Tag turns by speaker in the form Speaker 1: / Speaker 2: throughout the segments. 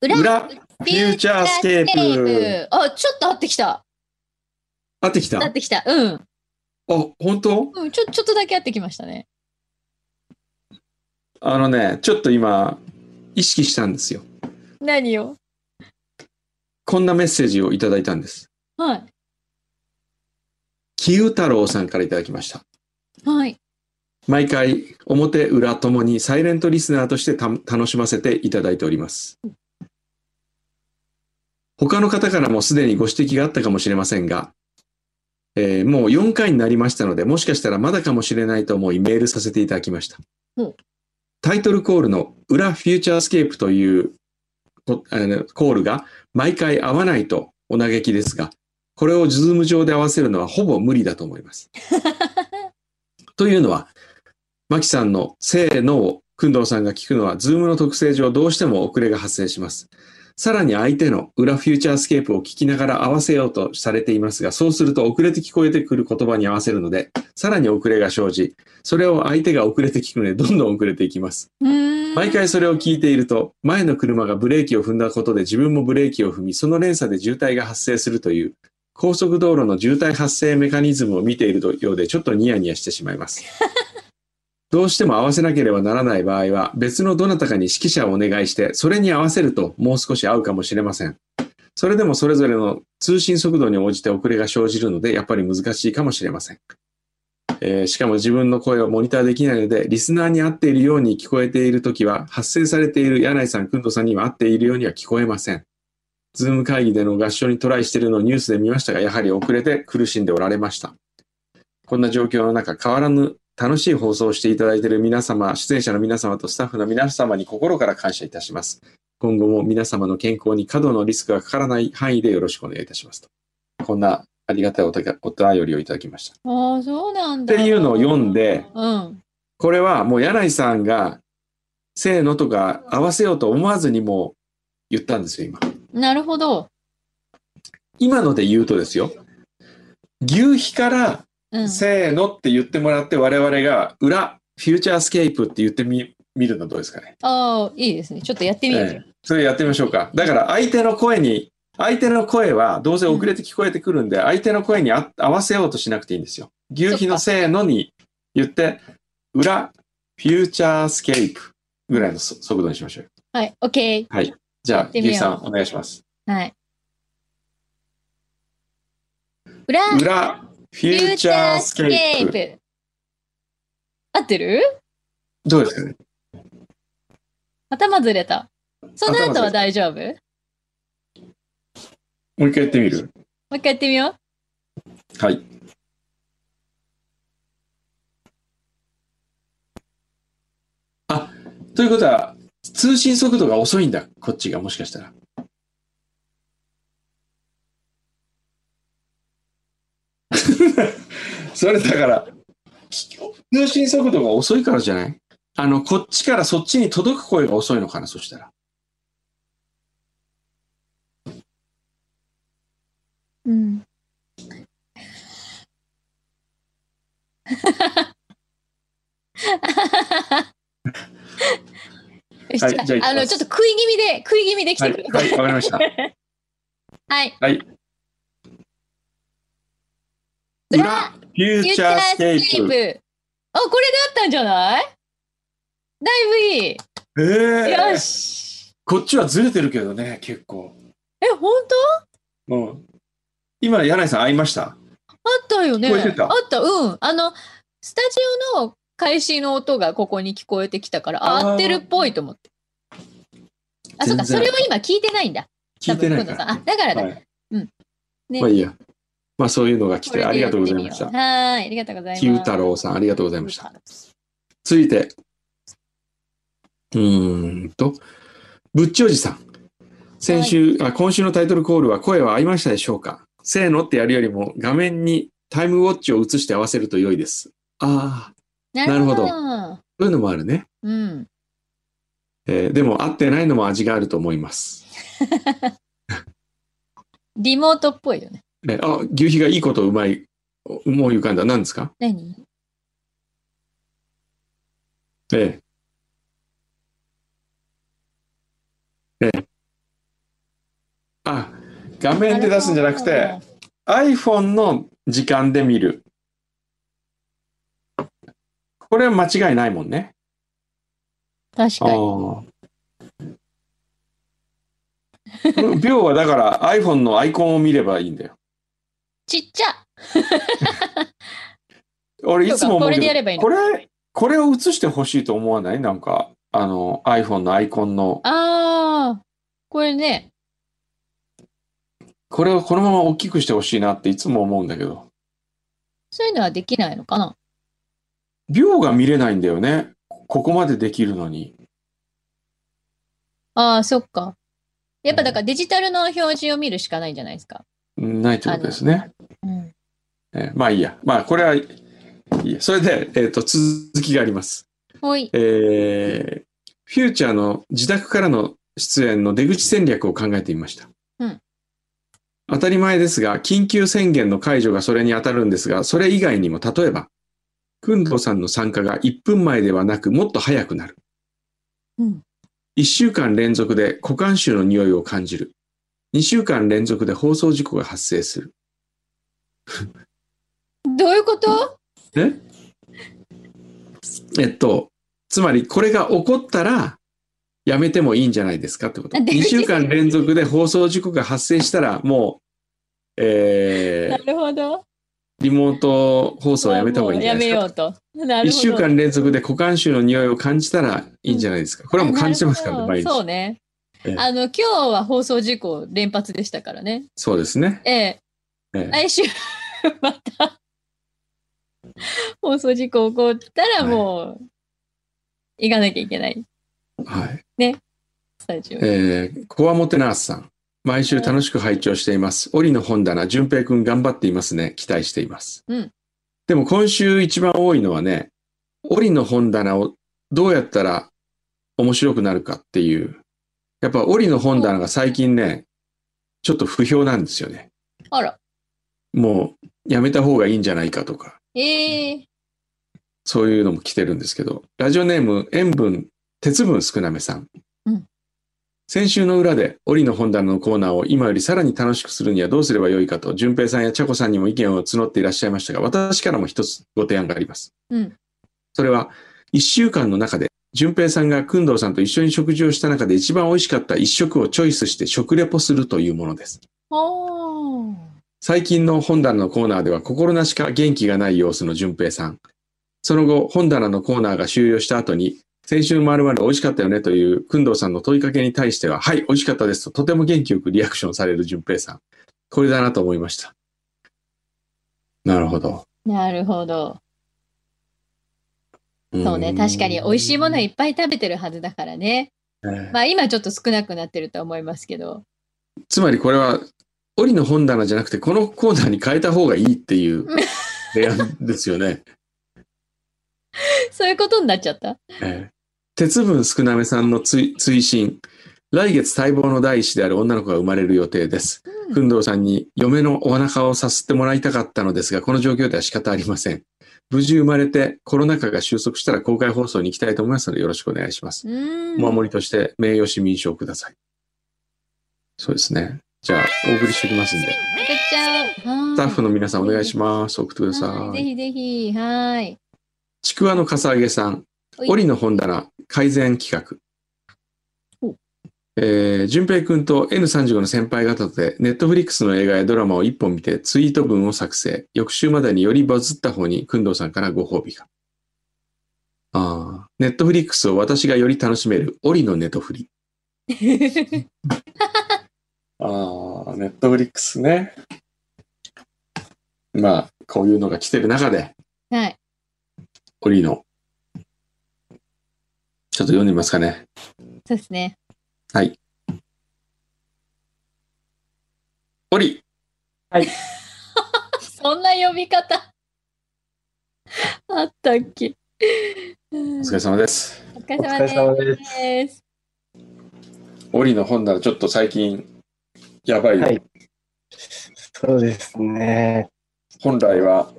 Speaker 1: ラフューチャースケープ。。
Speaker 2: あ、ちょっと合ってきた。
Speaker 1: 合ってきた。
Speaker 2: 合
Speaker 1: あ
Speaker 2: っ、てきた。うん。
Speaker 1: 本当
Speaker 2: うん、ちょ、ちょっとだけ合ってきましたね。
Speaker 1: あのね、ちょっと今、意識したんですよ。
Speaker 2: 何を
Speaker 1: こんなメッセージをいただいたんです。
Speaker 2: はい。
Speaker 1: 清太郎さんからいただきました。
Speaker 2: はい。
Speaker 1: 毎回、表、裏ともにサイレントリスナーとしてた楽しませていただいております。他の方からもすでにご指摘があったかもしれませんが、えーもう4回になりましたので、もしかしたらまだかもしれないと思いメールさせていただきました
Speaker 2: うん。
Speaker 1: タイトルコールの裏フューチャースケープというこあのコールが毎回合わないとお嘆きですが、これをズーム上で合わせるのはほぼ無理だと思 います。というのは、マキさんのせーのを、くんどうさんが聞くのは、ズームの特性上どうしても遅れが発生します。さらに相手の裏フューチャースケープを聞きながら合わせようとされていますが、そうすると遅れて聞こえてくる言葉に合わせるので、さらに遅れが生じ、それを相手が遅れて聞くので、どんどん遅れていきます。
Speaker 2: うーん。
Speaker 1: 毎回それを聞いていると、前の車がブレーキを踏んだことで自分もブレーキを踏み、その連鎖で渋滞が発生するという、高速道路の渋滞発生メカニズムを見ているようで、ちょっとニヤニヤしてしまいます。どうしても合わせなければならない場合は、別のどなたかに指揮者をお願いして、それに合わせるともう少し合うかもしれません。それでもそれぞれの通信速度に応じて遅れが生じるので、やっぱり難しいかもしれません。えーしかも自分の声をモニターできないので、リスナーに合っているように聞こえているときは、発生されている柳井さん、くんどさんには合っているようには聞こえません。ズーム会議での合唱にトライしているのをニュースで見ましたが、やはり遅れて苦しんでおられました。こんな状況の中、変わらぬ楽しい放送をしていただいている皆様、出演者の皆様とスタッフの皆様に心から感謝いたします。今後も皆様の健康に過度のリスクがかからない範囲でよろしくお願いいたしますと。こんなありがたいお手がお便りをいただきました。
Speaker 2: ああ、そうなんだ。
Speaker 1: っていうのを読んで
Speaker 2: うん。
Speaker 1: これはもう柳井さんが、せーのとか合わせようと思わずにもう言ったんですよ、今。
Speaker 2: なるほど。
Speaker 1: 今ので言うとですよ。牛皮から
Speaker 2: うん。
Speaker 1: せーのって言ってもらって、我々が裏、フューチャースケープって言ってみ、見るのどうですかね。
Speaker 2: ああ、いいですね。ちょっとやってみよう
Speaker 1: ええそれやってみましょうか。だから相手の声に、相手の声はどうせ遅れて聞こえてくるんで、相手の声にあ合わせようとしなくていいんですよ。牛皮のせーのに言って、裏、フューチャースケープぐらいのそ速度にしましょうよ。
Speaker 2: はい、オッケー。
Speaker 1: じゃ
Speaker 2: や
Speaker 1: あ
Speaker 2: っ、てみ
Speaker 1: ゆ
Speaker 2: よう
Speaker 1: きさん、お願いします。
Speaker 2: はい。裏、フ
Speaker 1: 裏、フューチャースケープ。
Speaker 2: プ。合ってる
Speaker 1: どうですかね
Speaker 2: 頭ずれた。その
Speaker 1: 頭
Speaker 2: 後
Speaker 1: ずれ
Speaker 2: は
Speaker 1: た
Speaker 2: 大丈夫もう
Speaker 1: もう一回やってみる
Speaker 2: 一回やってみよう。
Speaker 1: はい。あ、ということは、通信速度が遅いんだ、こっちが、もしかしたら。 それだから、き通信速度が遅いからじゃないあの、こっちからそっちに届く声が遅いのかな、そしたら。
Speaker 2: うん。じゃ
Speaker 1: じゃあ行きます
Speaker 2: あのちょっと食い気味で食い気味で来
Speaker 1: は
Speaker 2: て
Speaker 1: い、
Speaker 2: くださ。
Speaker 1: はいい、わかりました。
Speaker 2: はい。
Speaker 1: はい。裏、
Speaker 2: 裏
Speaker 1: フューチャースケープ。
Speaker 2: プ。あこれであったんじゃない？だいぶいい。
Speaker 1: えー
Speaker 2: よし。
Speaker 1: こっちはずれてるけどね、結構。
Speaker 2: え本
Speaker 1: うん。今、柳井さん会いまし
Speaker 2: 当？あ
Speaker 1: た
Speaker 2: ったよね。
Speaker 1: 聞こえてた
Speaker 2: あった。うん。あのスタジオの開始の音がここに聞こえてきたから、
Speaker 1: あー
Speaker 2: あ合ってるっぽいと思って。あ、そうか。そ
Speaker 1: 全然
Speaker 2: れを今聞いてないんだ。
Speaker 1: 聞いてない
Speaker 2: 多分今
Speaker 1: か
Speaker 2: 度さん
Speaker 1: ら。
Speaker 2: あ、だからだ。
Speaker 1: はい
Speaker 2: うんね
Speaker 1: まあいいや。まあそういうのが来
Speaker 2: こ
Speaker 1: て、
Speaker 2: れ
Speaker 1: あ
Speaker 2: で
Speaker 1: り
Speaker 2: や
Speaker 1: が
Speaker 2: っ
Speaker 1: と
Speaker 2: て
Speaker 1: う
Speaker 2: みよ
Speaker 1: ございうました。
Speaker 2: はーい、ありがとうございます。
Speaker 1: 九太郎さん、ありがとうございました。
Speaker 2: 九
Speaker 1: 続いて、うーんと、ぶっちおじさん。先週、あ、今週のタイトルコールは声は合いましたでしょうかせーのってやるよりも画面にタイムウォッチを映して合わせると良いです。ああ、
Speaker 2: 太郎。
Speaker 1: なるほど
Speaker 2: ど。
Speaker 1: そういうのもあるね。
Speaker 2: うん。
Speaker 1: えーでも合ってないのも味があると思います。
Speaker 2: リモートっぽいよね。
Speaker 1: ね、あ、牛皮がいいことうまい、思い浮かんだ。何ですか
Speaker 2: 何
Speaker 1: ええ。ええ。画面で出すんじゃなくて、iPhone の時間で見る。これは間違いないもんね。
Speaker 2: 確
Speaker 1: あ
Speaker 2: かに。
Speaker 1: ー秒はだから iPhone のアイコンを見ればいいんだよ。
Speaker 2: ちっちゃ
Speaker 1: 俺いつも思
Speaker 2: そう
Speaker 1: う
Speaker 2: かこれでや
Speaker 1: け
Speaker 2: ればいい
Speaker 1: ど、
Speaker 2: の
Speaker 1: これ、これを映してほしいと思わないなんか、あの iPhone のアイコンの、
Speaker 2: あー、これね、
Speaker 1: これをこのまま大きくしてほしいなっていつも思うんだけど、
Speaker 2: そういうのはできないのかな
Speaker 1: 秒が見れないんだよね。ここまでできるのに。
Speaker 2: あー、そっか。やっぱだからデジタルの表示を見るしかないんじゃないですか。
Speaker 1: ないってことですね。
Speaker 2: うん。
Speaker 1: えーまあいいや。まあこれはいいや。それで、えっ、と、続きがあります。
Speaker 2: ほい。
Speaker 1: えーフューチャーの自宅からの出演の出口戦略を考えてみました。
Speaker 2: うん
Speaker 1: 当たり前ですが、緊急宣言の解除がそれに当たるんですが、それ以外にも、例えば、くんどうさんの参加が1分前ではなく、もっと早くなる。
Speaker 2: うん。
Speaker 1: 1週間連続で股関臭の匂いを感じる。2週間連続で放送事故が発生する。
Speaker 2: どういうこと
Speaker 1: えっと、つまりこれが起こったら、やめてもいいんじゃないですかってこと。
Speaker 2: あ出口
Speaker 1: 2週間連続で放送事故が発生したら、もう、え
Speaker 2: なるほど。
Speaker 1: ーリモート放送をやめた方がいいんじゃないで
Speaker 2: もう
Speaker 1: す
Speaker 2: やめ
Speaker 1: か。
Speaker 2: ようと。なる
Speaker 1: 1
Speaker 2: ほど。
Speaker 1: 週間連続で股関臭の匂いを感じたらいいんじゃないですか。これはもう感じてますから
Speaker 2: なるほど
Speaker 1: ね、毎日。
Speaker 2: そうね
Speaker 1: ええ。
Speaker 2: あの、今日は放送事故連発でしたからね。
Speaker 1: そうですね。
Speaker 2: ええ、
Speaker 1: ええ
Speaker 2: 来週また 放送事故起こったら
Speaker 1: はい
Speaker 2: もう、行かなきゃいけない
Speaker 1: はい。
Speaker 2: スタジオに。
Speaker 1: えー、コアモテナースさん。毎週楽しく拝聴しています。折の本棚、淳平くん頑張っていますね。期待しています。
Speaker 2: うん
Speaker 1: でも今週一番多いのはね、折の本棚をどうやったら面白くなるかっていう。やっぱ折の本棚が最近ね、ちょっと不評なんですよね。
Speaker 2: あら、
Speaker 1: もうやめた方がいいんじゃないかとか、
Speaker 2: ええ
Speaker 1: そういうのも来てるんですけど、ラジオネーム、塩分、鉄分少なめさん。
Speaker 2: うん
Speaker 1: 先週の裏で、折の本棚のコーナーを今よりさらに楽しくするにはどうすればよいかと、淳平さんや茶子さんにも意見を募っていらっしゃいましたが、私からも一つご提案があります。
Speaker 2: うん
Speaker 1: それは、一週間の中で、淳平さんが工藤さんと一緒に食事をした中で一番美味しかった一食をチョイスして食レポするというものです。
Speaker 2: おー
Speaker 1: 最近の本棚のコーナーでは心なしか元気がない様子の淳平さん。その後、本棚のコーナーが終了した後に、先週まるまる美味しかったよねという、工藤さんの問いかけに対しては、はい、美味しかったですと、とても元気よくリアクションされる淳平さん。これだなと思いました。なるほど。
Speaker 2: なるほど。
Speaker 1: ん
Speaker 2: そうね。確かに美味しいものいっぱい食べてるはずだからね。
Speaker 1: ええ
Speaker 2: まあ今ちょっと少なくなってるとは思いますけど。
Speaker 1: つまりこれは、折の本棚じゃなくて、このコーナーに変えた方がいいっ ていう提案ですよね。
Speaker 2: そういうことになっちゃった。
Speaker 1: えー鉄分少なめさんの追追伸来月待望の第一子である女の子が生まれる予定です。
Speaker 2: う
Speaker 1: く
Speaker 2: ん、
Speaker 1: んどうさんに嫁のお腹をさすってもらいたかったのですが、この状況では仕方ありません。無事生まれてコロナ禍が収束したら公開放送に行きたいと思いますのでよろしくお願いします。
Speaker 2: うん
Speaker 1: お守りとして名誉市民賞をください。そうですね。じゃあお送りしておきますんで、
Speaker 2: 送っちゃう。
Speaker 1: スタッフ
Speaker 2: の
Speaker 1: の皆さんお願いします。送ってくださ
Speaker 2: ぜ
Speaker 1: い。
Speaker 2: ひぜひ。はーい。
Speaker 1: ちくわのかさ上げさん
Speaker 2: は、い
Speaker 1: 折の本棚改善企画
Speaker 2: お。
Speaker 1: えー、淳平くんと N35 の先輩方で、ネットフリックスの映画やドラマを一本見て、ツイート文を作成。翌週までによりバズった方に、くんどうさんからご褒美が。ああ、ネットフリックスを私がより楽しめる、折のネトフリ。ああ、ネットフリックスね。まあ、こういうのが来てる中で、
Speaker 2: はい。
Speaker 1: 折の。ちょっと読んでみますかね。
Speaker 2: そうですね。
Speaker 1: 折
Speaker 2: そんな呼び方あったっけ。うんお
Speaker 1: お疲れ様です。
Speaker 2: 疲
Speaker 3: お疲れ様です。
Speaker 2: れです。
Speaker 1: 折の本棚ちょっと最近やばいよ、
Speaker 3: はいそうですね。
Speaker 1: 本来は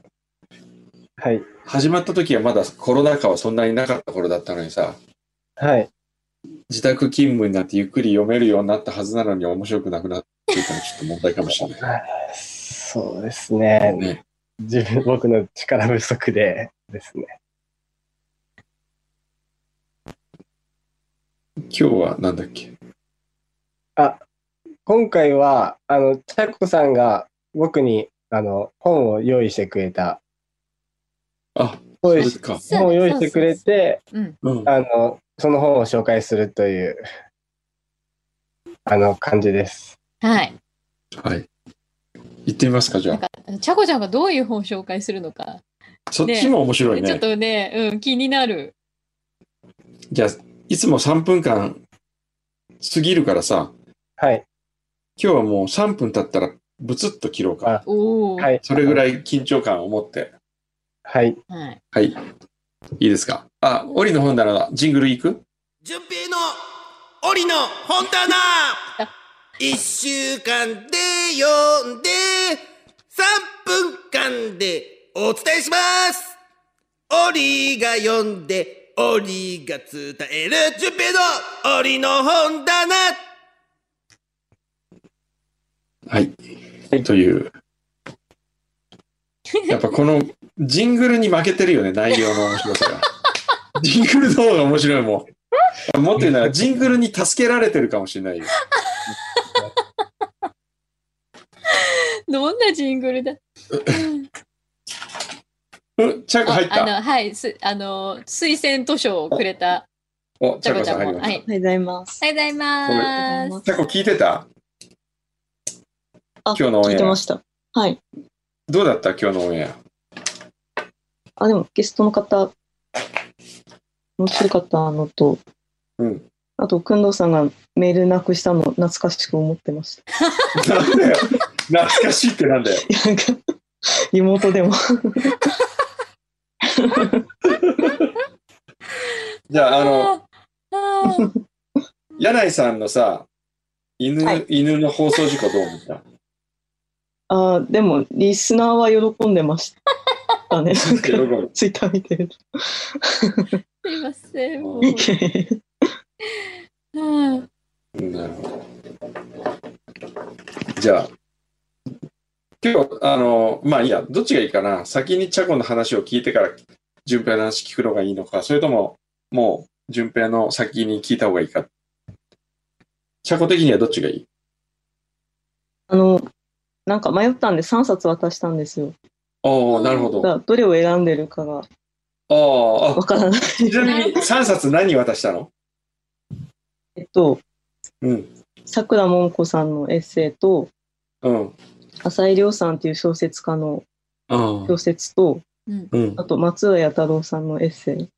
Speaker 3: はい。
Speaker 1: 始まった時はまだコロナ禍はそんなになかった頃だったのにさ
Speaker 3: はい。
Speaker 1: 自宅勤務になってゆっくり読めるようになったはずなのに面白くなくなっっていうのはちょっと問題かもしれない。
Speaker 3: そうですね。
Speaker 1: ね、
Speaker 3: 自分、僕の力不足でですね。
Speaker 1: 今日はなんだっけ
Speaker 3: 今回は、あの、ちゃこさんが僕に、あの、本を用意してくれた。
Speaker 1: あ、
Speaker 3: 本
Speaker 1: それ
Speaker 3: を
Speaker 1: か。
Speaker 2: そう
Speaker 3: 本を用意してくれて、
Speaker 2: うん。
Speaker 1: うん。
Speaker 3: あの、その本を紹介するという、あの、感じです。
Speaker 2: はい。
Speaker 1: はい。行ってみますか、じゃ
Speaker 2: なんか、ちゃこちゃんがどういう本を紹介するのか。
Speaker 1: あ。そっちも面白い
Speaker 2: ちょ
Speaker 1: ね
Speaker 2: っ。とね、うん、気になる。
Speaker 1: じゃあ、いつも3分間過ぎるからさ、
Speaker 3: はい。
Speaker 1: 今日はもう3分経ったらブツッと切ろうか。
Speaker 2: おお。。
Speaker 3: はいい。
Speaker 1: それぐ
Speaker 3: い。
Speaker 1: らい緊張感を持って。
Speaker 3: はい。
Speaker 2: はい。
Speaker 1: はい。いいですか。あ、オリの本棚だ。ジングルいく
Speaker 4: 純平の檻の本棚一週間で読んで三分間でお伝えします檻が読んで檻が伝える純平の檻の本棚
Speaker 1: はい。
Speaker 3: はい
Speaker 1: という。やっぱこのジングルに負けてるよね、内容の面白さが。ジングルの方が面白いもん。もっと言うなら、ジングルに助けられてるかもしれないよ。
Speaker 2: どんなジングルだ。
Speaker 1: うん、チャコ入っ
Speaker 2: あ
Speaker 1: た。
Speaker 2: の、はい、す、あの、推薦図書をくれた。
Speaker 1: お、
Speaker 2: ち
Speaker 1: チ
Speaker 2: ゃ
Speaker 1: ャ
Speaker 2: こ
Speaker 1: コ
Speaker 2: ち
Speaker 1: さ
Speaker 2: ゃ
Speaker 1: ん
Speaker 2: ん
Speaker 1: 入り
Speaker 2: も。
Speaker 1: ま
Speaker 2: は
Speaker 1: し
Speaker 2: い。
Speaker 1: た。
Speaker 5: おはようございます。
Speaker 2: おはようございます。
Speaker 1: チャコ聞いてた
Speaker 5: あ
Speaker 1: 今日のオン
Speaker 5: 聞い
Speaker 1: エ
Speaker 5: てま
Speaker 1: ア。
Speaker 5: した。はい。
Speaker 1: どうだった今日のオンエア。
Speaker 5: あ、でもゲストの方、面白かったのと、
Speaker 1: うん。
Speaker 5: あと、くんどうさんがメールなくしたの懐かしく思ってまし
Speaker 1: なんだよ。懐かしいってなんだよ。
Speaker 5: た。なんか、 リモートでも。
Speaker 1: じゃあ、あの、
Speaker 2: あー。
Speaker 1: 柳井さんのさ、犬、
Speaker 5: はい
Speaker 1: 犬の放送事故どう思った
Speaker 5: あーでも、リスナーは喜んでましたね。なん
Speaker 1: 喜
Speaker 5: か、
Speaker 1: ぶ
Speaker 5: ツイッター見てると。
Speaker 2: すいません。もう
Speaker 1: うん
Speaker 2: うん
Speaker 1: なるほど。じゃあ、今日、あの、まあいいや、どっちがいいかな。先にチャコの話を聞いてから、順平の話聞くのがいいのか、それとも、もう、順平の先に聞いた方がいいか。チャコ的にはどっちがいい
Speaker 5: あの、なんか迷ったんで3冊渡したんですよ。
Speaker 1: おおなるほど。
Speaker 5: だからどれを選んでるかが
Speaker 1: あーあ、
Speaker 5: わからない。
Speaker 1: ちなみに3冊何渡したの
Speaker 5: えっと、
Speaker 1: うん、
Speaker 5: さくらもんこさんのエッセイと、
Speaker 1: うん、
Speaker 5: 浅井亮さんっていう小説家の
Speaker 1: あ
Speaker 5: 小説と、
Speaker 2: うん。
Speaker 1: うん
Speaker 5: あ、と松浦弥太郎さんのエッセイ。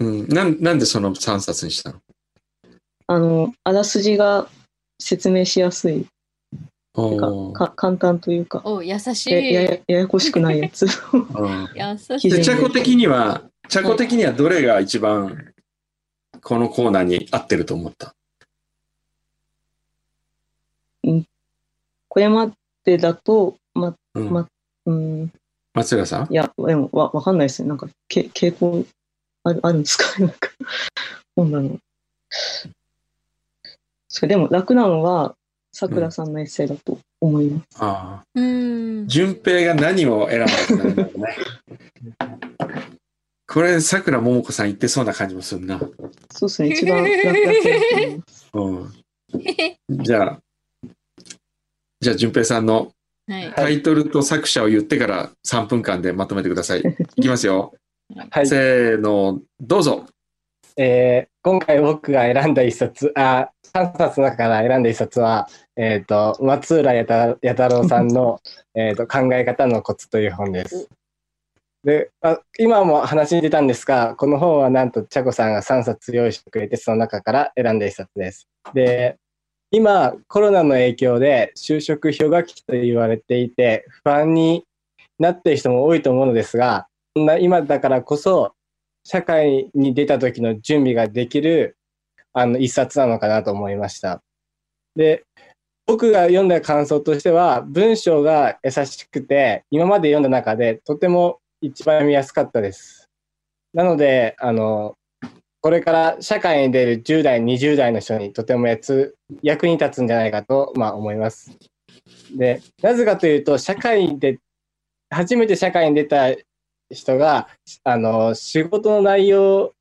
Speaker 1: うん。なんなんでその3冊にしたの
Speaker 5: あの、あらすじが説明しやすい。てか
Speaker 1: おー
Speaker 5: か簡単というか、
Speaker 2: お、優しい。
Speaker 5: やややややこしくないやつ。
Speaker 1: うん
Speaker 2: 優しい
Speaker 5: 非。常
Speaker 1: で、
Speaker 5: に
Speaker 1: チャコ的には、チャコ的にはどれが一番このコーナーに合ってると思った
Speaker 5: これまでだと、ま、
Speaker 1: うん
Speaker 5: まうん、
Speaker 1: 松浦さん
Speaker 5: いや、でもわわかんないですね。なんか、け傾向あるあるんですか なんか、本なの。そうでも楽なのは、さくらさんのエッセイだと思います。
Speaker 1: ああ。
Speaker 2: うん。
Speaker 1: 順平が何を選んだかなんだろうね。これ、さくらももこさん言ってそうな感じもするな。
Speaker 5: そうですね、一番楽なやつだと思います。
Speaker 1: うん。じゃあ、じゃあ、順平さんの
Speaker 2: はい。
Speaker 1: タイトルと作者を言ってから3分間でまとめてください。いきますよ。
Speaker 3: はい。
Speaker 1: せーの、どうぞ。
Speaker 3: えー今回僕が選んだ一冊、あ、3冊の中から選んだ一冊は、えっ、と、松浦弥太弥太郎さんの、えっと、考え方のコツという本です。で、あ今も話に出たんですが、この本はなんと、ちゃこさんが3冊用意してくれて、その中から選んだ一冊です。で、今、コロナの影響で就職氷河期と言われていて、不安になっている人も多いと思うのですが、そんな今だからこそ、社会に出た時の準備ができるあの一冊なのかなと思いました。で僕が読んだ感想としては文章が優しくて今まで読んだ中でとても一番見やすかったです。なのであのこれから社会に出る10代、20代の人にとてもやつ役に立つんじゃないかと、まあ、思います。で、なぜかというと、社会で、初めて社会に出た人が、あの、仕事の内容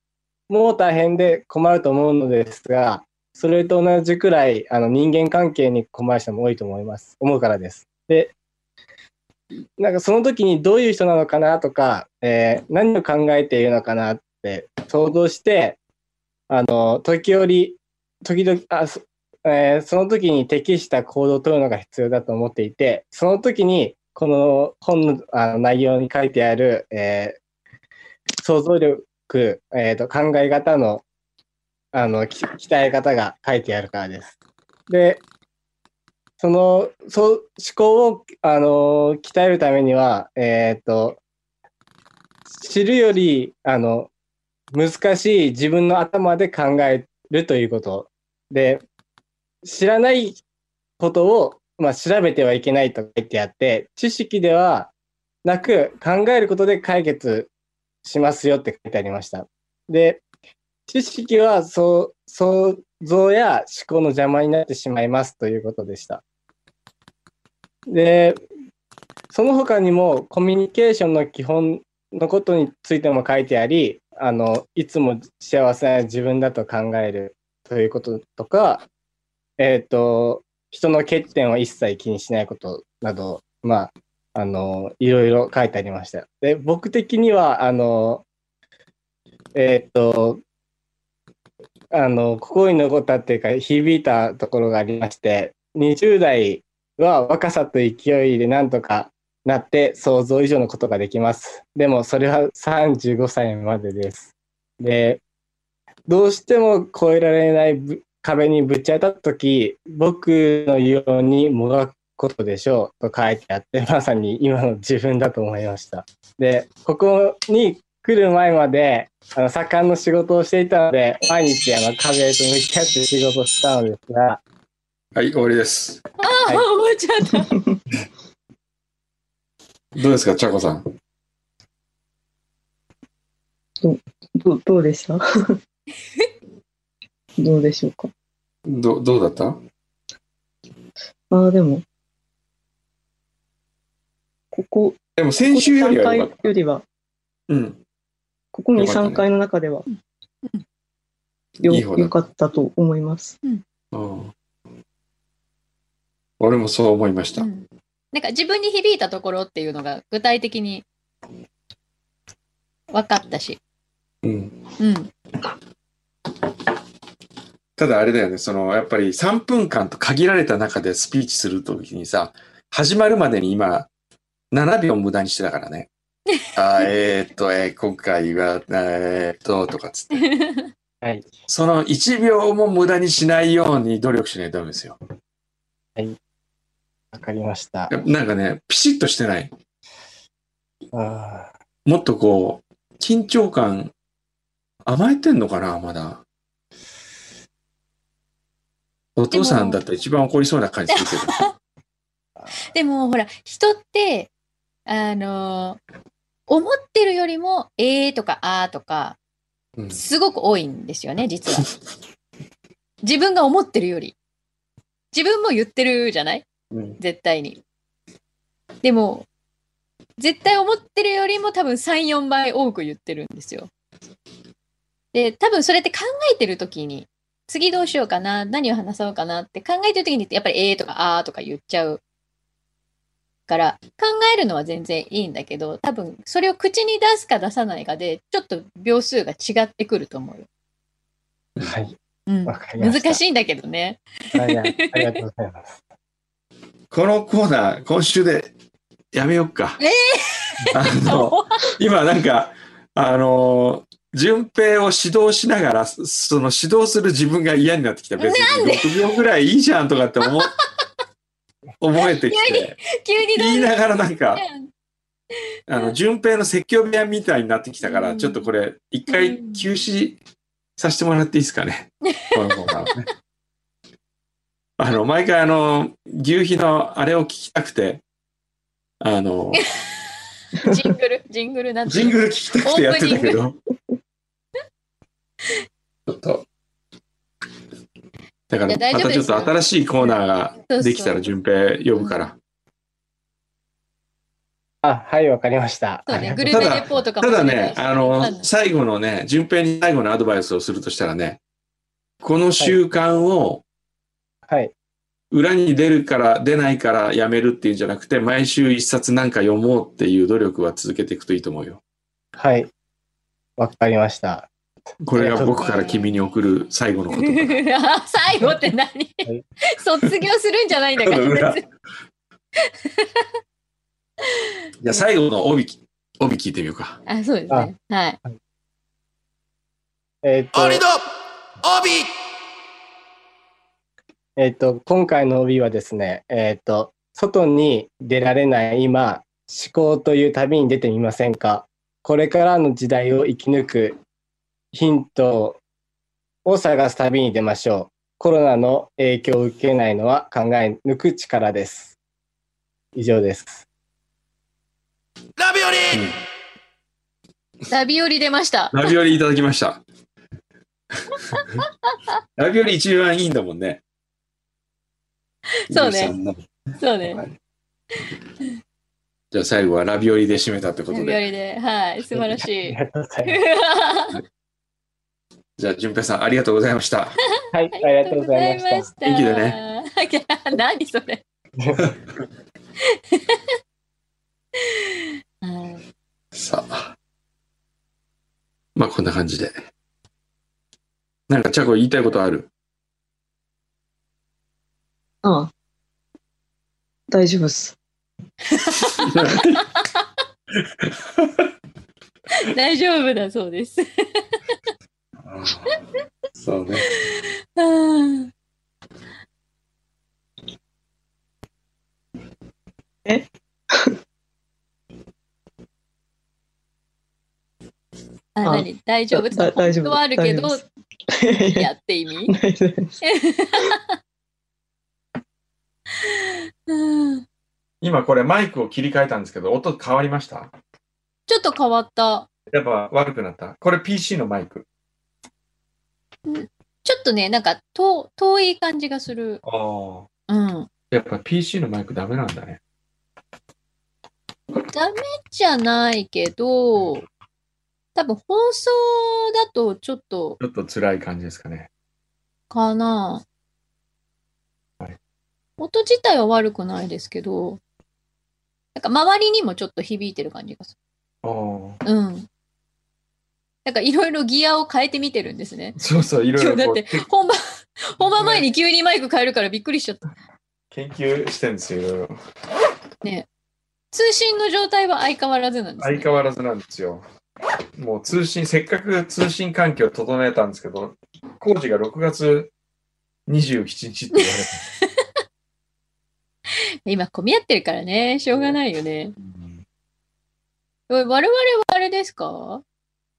Speaker 3: も大変で困ると思うのですが、それと同じくらい、あの、人間関係に困る人も多いと思います。思うからです。で、なんかその時にどういう人なのかなとか、えー何を考えているのかなって想像して、あの、時折、時々、あそえーその時に適した行動を取るのが必要だと思っていて、その時に、この本のあの内容に書いてある、えー想像力、えーと考え方のあのき鍛え方が書いてあるからです。で、そのそう思考を、あの鍛えるためには、えっ、と、知るより、あの、難しい自分の頭で考えるということ。で、知らないことを、まあ、調べてはいけないと書いてあって、知識ではなく考えることで解決しますよって書いてありました。で、知識はそう想像や思考の邪魔になってしまいますということでした。で、その他にもコミュニケーションの基本のことについても書いてあり、あのいつも幸せな自分だと考えるということとか、えっ、と、人の欠点を一切気にしないことなど、まあ、あの、いろいろ書いてありました。で、僕的には、あの、えっ、と、あの、心に残ったっていうか、響いたところがありまして、20代は若さと勢いでなんとかなって想像以上のことができます。でもそれは35歳までです。で、どうしても越えられないぶ壁にぶち当たったとき、僕のようにもがくことでしょうと書いてあって、まさに今の自分だと思いました。で、ここに来る前まで、あの、盛んの仕事をしていたので、毎日あの壁と向き合って仕事をしたのですが、
Speaker 1: はい、終わりです。
Speaker 2: あ、
Speaker 3: はい
Speaker 2: 終わっちゃった。
Speaker 1: どうですか、ちゃこさん。
Speaker 5: どうどうでした どうでしょうか。
Speaker 1: どどうだった
Speaker 5: ああ、でも、ここ、
Speaker 1: でも
Speaker 5: ここ
Speaker 1: 先週より
Speaker 5: 3
Speaker 1: は
Speaker 5: 回
Speaker 1: 良かった。
Speaker 5: よりは、
Speaker 1: うん。
Speaker 5: ここ2、
Speaker 1: よかったね
Speaker 5: 3回の中では、よ
Speaker 1: いい方だ
Speaker 5: よかったと思います。
Speaker 1: うん俺もそう思いました。
Speaker 2: うんなんか自分に響いたところっていうのが具体的に分かったし、
Speaker 1: うん、
Speaker 2: うん、
Speaker 1: ただあれだよね、そのやっぱり3分間と限られた中でスピーチするときにさ、始まるまでに今、7秒無駄にしてたからね。 あーえーっと、えー今回は、えーっと、とかっつって。
Speaker 3: はい。
Speaker 1: その1秒も無駄にしないように努力しないとダメですよ。
Speaker 3: わかりました。
Speaker 1: なんかね、ピシッとしてない。
Speaker 3: あ
Speaker 1: もっとこう、緊張感、甘えてんのかな、まだ。お父さんだったら一番怒りそうな感じするけど。
Speaker 2: でもほら人ってあのー思ってるよりも「えー」とか「あー」とか
Speaker 1: うん
Speaker 2: すごく多いんですよね実は自分が思ってるより自分も言ってるじゃない
Speaker 1: うん
Speaker 2: 絶対にでも絶対思ってるよりも多分34倍多く言ってるんですよで多分それって考えてる時に次どうしようかな何を話そうかなって考えてる時にやっぱり「えー」とか「あー」とか言っちゃうから考えるのは全然いいんだけど多分それを口に出すか出さないかでちょっと秒数が違ってくると思うよ、
Speaker 3: ーはい。
Speaker 2: うん
Speaker 3: わかりました。
Speaker 2: 難しいんだけどね
Speaker 3: はい。はいありがとうございます。
Speaker 1: このコーナー、今週でやめよっか。
Speaker 2: え
Speaker 1: あの 今なんか、あのー、順平を指導しながら、そその指導する自分が嫌になってきた。別
Speaker 2: なん
Speaker 1: に
Speaker 2: で
Speaker 1: 6秒ぐらいいいじゃんとかって 思思えてきて、
Speaker 2: 急に
Speaker 1: 言いながらなんか、
Speaker 2: どう
Speaker 1: あの、順平の説教部屋みたいになってきたから、
Speaker 2: うん
Speaker 1: ちょっとこれ、一回休止させてもらっていいですかね。このコーナーをね。 あの、毎回あの、牛皮のあれを聞きたくて、あの、
Speaker 2: ジングルジングルなんて
Speaker 1: ジングル聞きたくてやってたけど、ちょっと。だか
Speaker 2: い
Speaker 1: ら、
Speaker 2: や大丈
Speaker 1: ま
Speaker 2: 夫
Speaker 1: た
Speaker 2: で
Speaker 1: ち
Speaker 2: す
Speaker 1: ょっと新しいコーナーができたら、順平呼ぶから。
Speaker 3: あ、はい、わかりました。
Speaker 2: そうね、グル
Speaker 1: た
Speaker 2: メ
Speaker 1: だ
Speaker 2: レポートかも
Speaker 1: た
Speaker 2: しれ
Speaker 1: だ
Speaker 2: ない
Speaker 1: ね
Speaker 2: し、
Speaker 1: あ
Speaker 2: は
Speaker 1: の、
Speaker 2: い
Speaker 1: 最後のね、順平に最後のアドバイスをするとしたらね、この習慣を
Speaker 3: はい。
Speaker 1: 裏に出るから、出ないからやめるっていうんじゃなくて、毎週一冊なんか読もうっていう努力は続けていくといいと思うよ。
Speaker 3: はい。わかりました。
Speaker 1: これが僕から君に送る最後の言 葉。
Speaker 2: あ最後って何、
Speaker 3: い
Speaker 2: 卒業するんじゃないんだか
Speaker 1: ただ裏
Speaker 2: ら
Speaker 1: じゃあ最後の帯、帯聞いてみようか。
Speaker 2: あそうですねはい
Speaker 3: えっ、
Speaker 4: 檻の
Speaker 3: と、
Speaker 4: 帯
Speaker 3: えっ、と、今回の帯はですね、えっ、と、外に出られない今、思考という旅に出てみませんかこれからの時代を生き抜くヒントを探す旅に出ましょう。コロナの影響を受けないのは考え抜く力です。以上です。
Speaker 4: ラビオリ
Speaker 2: ラビオリ出ました
Speaker 1: ラビオリいただき ました。ラビオリ一番いいんだもんね。
Speaker 2: そうね
Speaker 1: ゆうさんの
Speaker 2: そうね
Speaker 1: じゃあ最後はラビオリで締めたってこ
Speaker 2: ラ
Speaker 1: と
Speaker 2: ビオ
Speaker 1: で。
Speaker 2: リではい素晴らし
Speaker 3: あ
Speaker 2: い
Speaker 3: りがとうございます。
Speaker 1: じゃあ、淳平さん、ありがとうございました。
Speaker 3: はい、ありがとうございました。
Speaker 2: た
Speaker 1: 元気で
Speaker 2: ね 何それはい
Speaker 1: さあ。まあ、こんな感じで。なんか、チャコ言いたいことある
Speaker 5: ああ大丈夫っす。
Speaker 2: 大丈夫だそうです。
Speaker 1: そうね。
Speaker 2: うん
Speaker 5: え
Speaker 2: あ、
Speaker 5: あ
Speaker 2: 何大丈夫
Speaker 5: だだ大丈夫
Speaker 2: 本当はあるけど
Speaker 5: 大丈、いや
Speaker 2: やって意味
Speaker 5: 大丈夫です
Speaker 2: うん
Speaker 1: 今、これ、マイクを切り替えたんですけど、音変わりました
Speaker 2: ちょっと変わった。
Speaker 1: やっぱ悪くなったこれ、PC のマイク。
Speaker 2: ちょっとね、なんか遠遠い感じがする。
Speaker 1: ああ。
Speaker 2: うん。
Speaker 1: やっぱ PC のマイクダメなんだね。
Speaker 2: ダメじゃないけど、多分放送だとちょっと
Speaker 1: ちょっと辛い感じですかね。
Speaker 2: かな。
Speaker 1: はい
Speaker 2: 音自体は悪くないですけど、なんか周りにもちょっと響いてる感じがす
Speaker 1: ああ。
Speaker 2: る。うん。なんかいろいろギアを変えてみてるんですね。
Speaker 1: そうそう、いろい
Speaker 2: 今日だっ
Speaker 1: ろこう
Speaker 2: て本番、本番前に急にマイク変えるからびっくりしちゃった。
Speaker 1: 研究してるんですよ、いろいろ。
Speaker 2: 通信の状態は相変わらずなんです、
Speaker 1: 相
Speaker 2: ね。
Speaker 1: 変わらずなんですよ。もう通信、せっかく通信環境を整えたんですけど、工事が6月27日って言われて。
Speaker 2: 今混み合ってるからね、しょうがないよね。我々はあれですか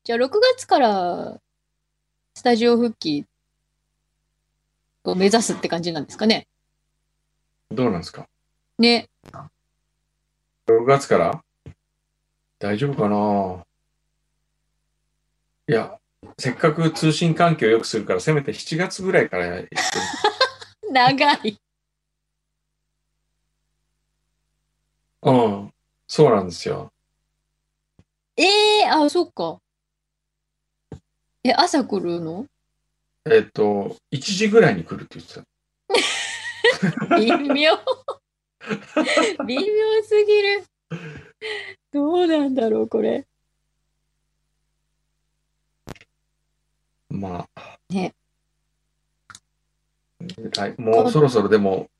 Speaker 2: じゃあ6月からスタジオ復帰を目指すって感じなんですかね
Speaker 1: どうなんですか
Speaker 2: ね。
Speaker 1: ?6 月から大丈夫かないや、せっかく通信環境を良くするから、せめて7月ぐらいからやってみる
Speaker 2: 長い。
Speaker 1: うん、そうなんですよ。
Speaker 2: ええあ、そっか。え、朝来るの
Speaker 1: えっと、1時ぐらいに来るって言ってた。
Speaker 2: 微 妙。微妙すぎる。どうなんだろう、これ。
Speaker 1: まあ。
Speaker 2: ね。
Speaker 1: はい、もうそろそろでも、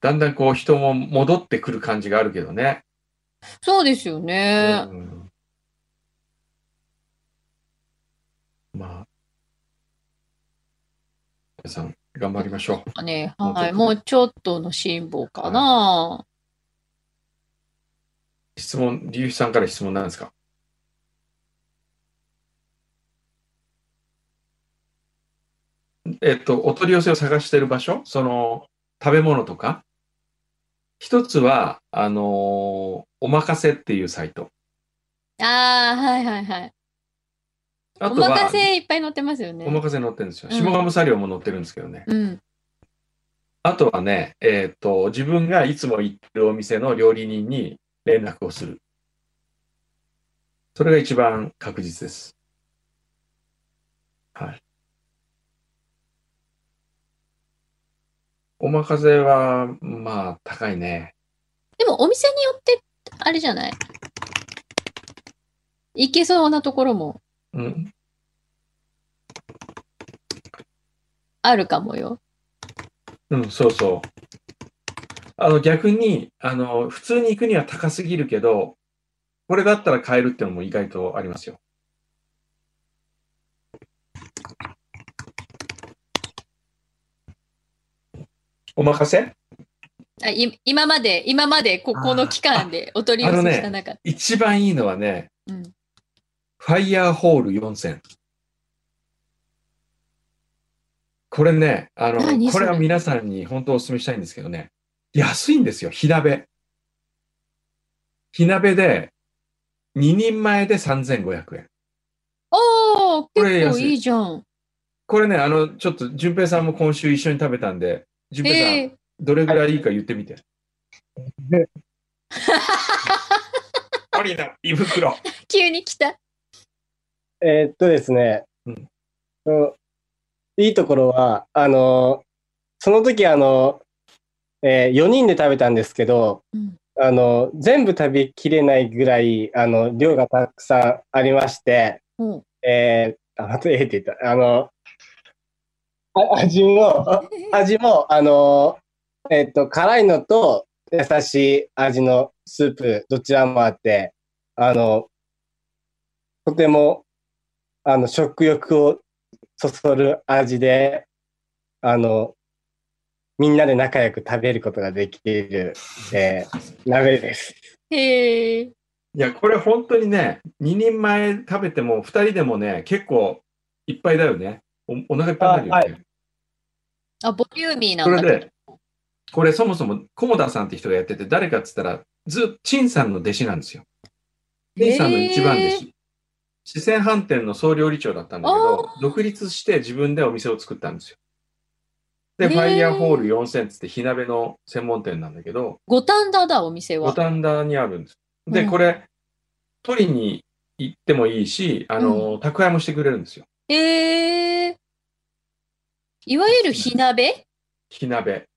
Speaker 1: だんだんこう人も戻ってくる感じがあるけどね。
Speaker 2: そうですよね。
Speaker 1: うんまあ。皆さん、頑張りましょう。
Speaker 2: ね
Speaker 1: もうちょっと
Speaker 2: はい、もうちょっとの辛抱かな。
Speaker 1: 質問、竜飛さんから質問なんですかえっと、お取り寄せを探してる場所、その食べ物とか、一つは、あのーおまかせっていうサイト。
Speaker 2: ああ、はいはいはい。
Speaker 1: あ
Speaker 2: お
Speaker 1: とは
Speaker 2: 任せいっぱい載ってますよね
Speaker 1: お。任せ乗ってるんですよ。
Speaker 2: うん
Speaker 1: 下鴨サリオも乗ってるんですけどね。
Speaker 2: うん。
Speaker 1: あとはね、えっ、と、自分がいつも行ってるお店の料理人に連絡をする。それが一番確実です。はい。おまかせは、まあ、高いね。
Speaker 2: でもお店によって、あれじゃない行けそうなところも
Speaker 1: うん。
Speaker 2: あるかもよ。
Speaker 1: うん、そうそう。あの、逆に、あの、普通に行くには高すぎるけど、これだったら買えるってのも意外とありますよ。お任せ
Speaker 2: あい今まで、今までここの期間でお取り寄
Speaker 1: あの
Speaker 2: せ
Speaker 1: ね
Speaker 2: した中で。
Speaker 1: 一番いいのはね、
Speaker 2: うん
Speaker 1: ファイヤーホール4000。これね、あの、
Speaker 2: 何
Speaker 1: これ
Speaker 2: そ
Speaker 1: は
Speaker 2: れ
Speaker 1: 皆さんに本当お勧めしたいんですけどね、安いんですよ、火鍋。火鍋で、2人前で3500円。
Speaker 2: おー、
Speaker 1: これ
Speaker 2: 結
Speaker 1: 安
Speaker 2: 構
Speaker 1: い
Speaker 2: いいじゃん。
Speaker 1: これね、あの、ちょっと、淳平さんも今週一緒に食べたんで、淳平さん、
Speaker 2: ええ
Speaker 1: どれぐらいいいか言ってみて。 オリの胃袋。
Speaker 2: 急に来た。
Speaker 3: えーっとですね、
Speaker 1: うん
Speaker 3: うんいいところは、あの、その時、あの、え4人で食べたんですけど、
Speaker 2: うん
Speaker 3: あの、全部食べきれないぐらい、あの、量がたくさんありまして、
Speaker 2: うん
Speaker 3: えー、あ、またええって言った。あの、あ味も、あ味も、あの、えっと、辛いのと優しい味のスープ、どちらもあって、あの、とても、あの、食欲をそそる味で、あの、みんなで仲良く食べることができる、えー、鍋です。
Speaker 2: へえ。
Speaker 1: いや、これ本当にね、2人前食べても、2人でもね、結構いっぱいだよね。おお腹いっぱいになるよね。
Speaker 2: あ、ボリューミーな
Speaker 1: そ
Speaker 2: ん
Speaker 1: れ
Speaker 2: だ。
Speaker 1: で、これそもそも、コモダさんって人がやってて、誰かっつったら、ずっと陳さんの弟子なんですよ。陳さんの一番弟子。四川飯店の総料理長だったんだけど、独立して自分でお店を作ったんですよ。で、
Speaker 2: へー
Speaker 1: ファイヤーホール4000つって火鍋の専門店なんだけど、
Speaker 2: 五反田だ、お店
Speaker 1: 五
Speaker 2: は。
Speaker 1: 反田にあるんです。で、
Speaker 2: うん
Speaker 1: これ、取りに行ってもいいし、あの、宅配もしてくれるんですよ。
Speaker 2: へえ。いわゆる火鍋
Speaker 1: 火鍋。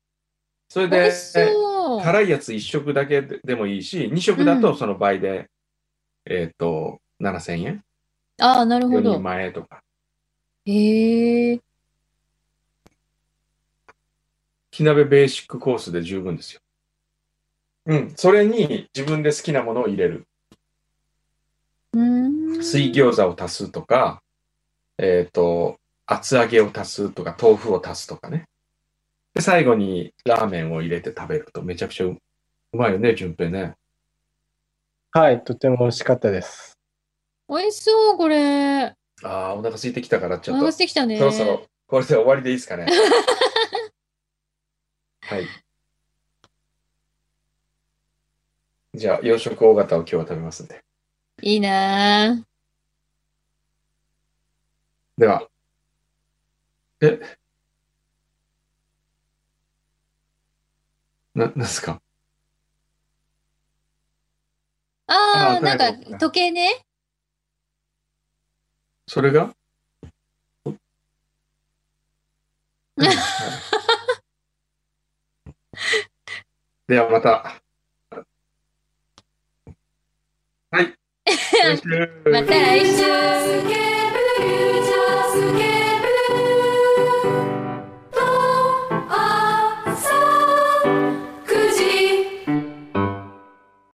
Speaker 1: それ
Speaker 2: 美
Speaker 1: で
Speaker 2: 味し、そう。
Speaker 1: 辛いやつ1食だけでもいいし、2食だとその倍で、えっ、と、7000円
Speaker 2: ああ、なるほ
Speaker 1: ?4
Speaker 2: ど
Speaker 1: 人。前とか。
Speaker 2: へえ。
Speaker 1: 火鍋ベーシックコースで十分ですよ。うん。それに自分で好きなものを入れる。
Speaker 2: うーん
Speaker 1: 水餃子を足すとか、えっ、と、厚揚げを足すとか、豆腐を足すとかね。で、最後にラーメンを入れて食べるとめちゃくちゃううまいよね、順平ね。
Speaker 3: はい、とても美味しかったです。
Speaker 2: 美味しそう、これ。
Speaker 1: ああ、お腹空いてきたから、ち
Speaker 2: お
Speaker 1: ょっと、
Speaker 2: 腹し
Speaker 1: そ
Speaker 2: てきたね。
Speaker 1: ろそろ、これで終わりでいいですかね。はい。じゃあ、洋食大型を今日は食べますんで。
Speaker 2: いいなー
Speaker 1: では。えな、なんすか
Speaker 2: あ
Speaker 1: あ
Speaker 2: あ、なん
Speaker 1: 大
Speaker 2: か
Speaker 1: 丈夫
Speaker 2: 時計ね。
Speaker 1: それがおはいではまた。はい。来週
Speaker 2: また来週。